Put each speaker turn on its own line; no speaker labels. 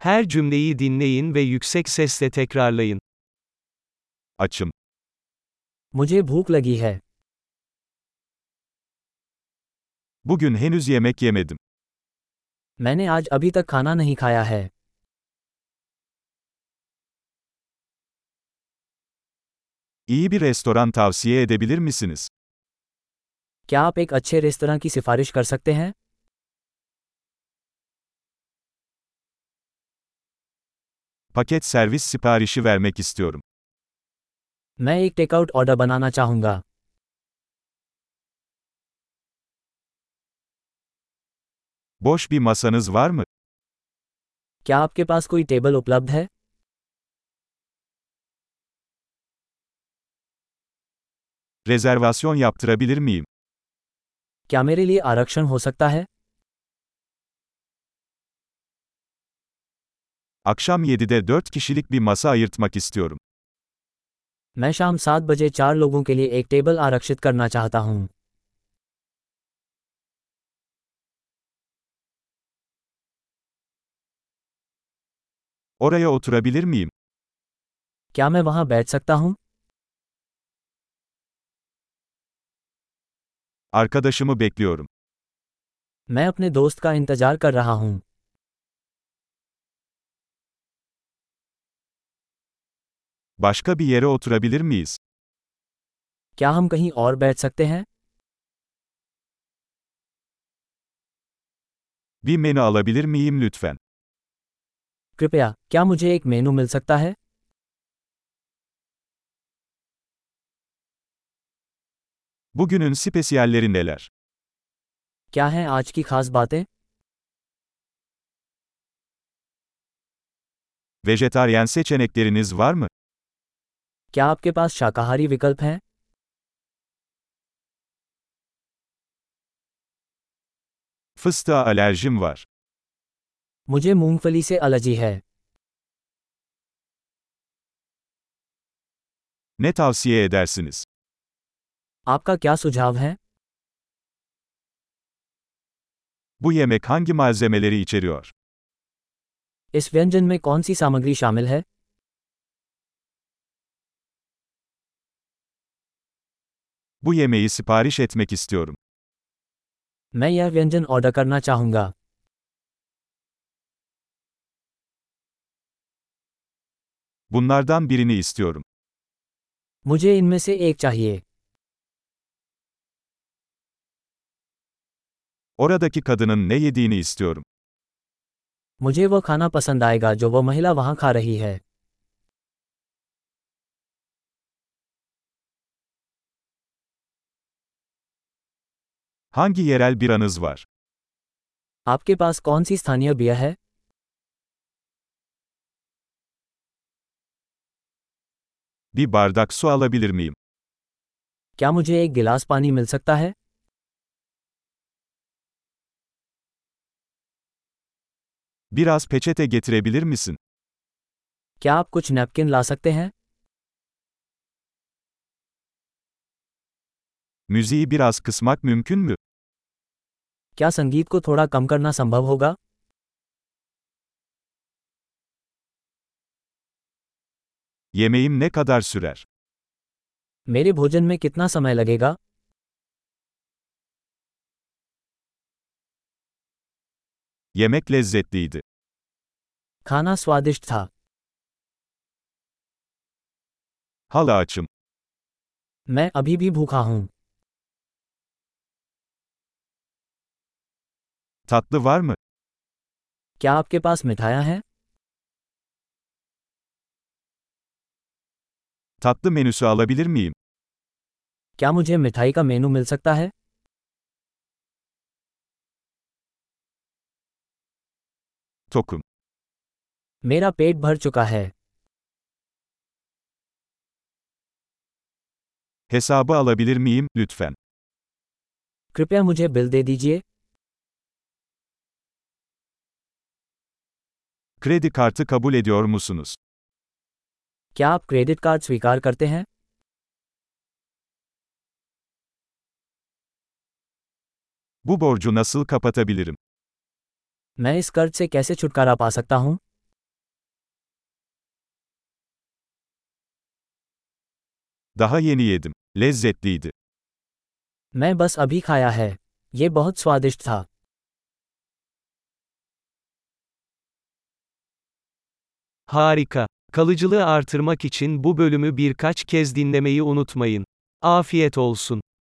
Her cümleyi dinleyin ve yüksek sesle tekrarlayın.
Açım.
मुझे भूख लगी है
Bugün henüz yemek yemedim.
मैंने आज अभी तक खाना नहीं खाया है
İyi bir restoran tavsiye edebilir misiniz?
क्या आप एक अच्छे रेस्तरा की सिफारिश कर सकते हैं
Paket servis siparişi vermek istiyorum.
मैं एक टेकआउट ऑर्डर बनाना चाहूँगा
Boş bir masanız var mı?
क्या आपके पास कोई टेबल उपलब्ध है
Rezervasyon yaptırabilir miyim?
क्या मेरे लिए आरक्षण हो सकता है
Akşam 7'de 4 kişilik bir masa ayırtmak istiyorum.
मैं शाम सात बजे चार लोगों के लिए एक टेबल आरक्षित करना चाहता हूँ
Oraya oturabilir miyim?
क्या मैं वहाँ बैठ सकता हूँ
Arkadaşımı bekliyorum.
मैं अपने दोस्त का इंतजार कर रहा हूँ
Başka bir yere oturabilir miyiz?
क्या हम कहीं और बैठ सकते हैं
Bir menü alabilir miyim lütfen?
कृपया क्या मुझे एक मेनू मिल सकता है
Bugünün spesiyalleri neler?
क्या हैं आज की खास बातें
Vejetaryen seçenekleriniz var mı?
क्या आपके पास शाकाहारी विकल्प हैं
Fıstığa alerjim var.
मुझे मूंगफली से एलर्जी है
Ne tavsiye edersiniz?
आपका क्या सुझाव है
Bu yemek hangi malzemeleri içeriyor?
इस व्यंजन में कौन सी सामग्री शामिल है
Bu yemeği sipariş etmek istiyorum.
मैं यह व्यंजन ऑर्डर करना चाहूँगा
Bunlardan birini istiyorum.
मुझे इनमें से एक चाहिए
Oradaki kadının ne yediğini istiyorum.
मुझे वह खाना पसंद आएगा जो वह महिला वहाँ खा रही है
Hangi yerel biranız var?
आपके पास कौन सी स्थानीय बियर है
Bir bardak su alabilir miyim?
क्या मुझे एक गिलास पानी मिल सकता है
Biraz peçete getirebilir misin?
क्या आप कुछ नैपकिन ला सकते हैं
Müziği biraz kısmak mümkün mü?
क्या संगीत को थोड़ा कम करना संभव होगा
Yemeğim ne kadar sürer?
मेरे भोजन में कितना समय लगेगा
Yemek lezzetliydi.
खाना स्वादिष्ट था
Hala açım.
मैं अभी भी भूखा हूँ
Tatlı var mı?
क्या आपके पास मिठाइयाँ हैं
Tatlı menüsü alabilir miyim?
क्या मुझे मिठाई का मेनू मिल सकता है
Tokum.
मेरा पेट भर चुका है
Hesabı alabilir miyim lütfen?
कृपया मुझे बिल दे दीजिए
Kredi kartı kabul ediyor musunuz?
क्या आप क्रेडिट कार्ड स्वीकार करते हैं
Bu borcu nasıl kapatabilirim?
मैं इस कर्ज से कैसे छुटकारा पा सकता हूँ
Daha yeni yedim. Lezzetliydi.
मैं बस अभी खाया है ये बहुत स्वादिष्ट था
Harika. Kalıcılığı artırmak için bu bölümü birkaç kez dinlemeyi unutmayın. Afiyet olsun.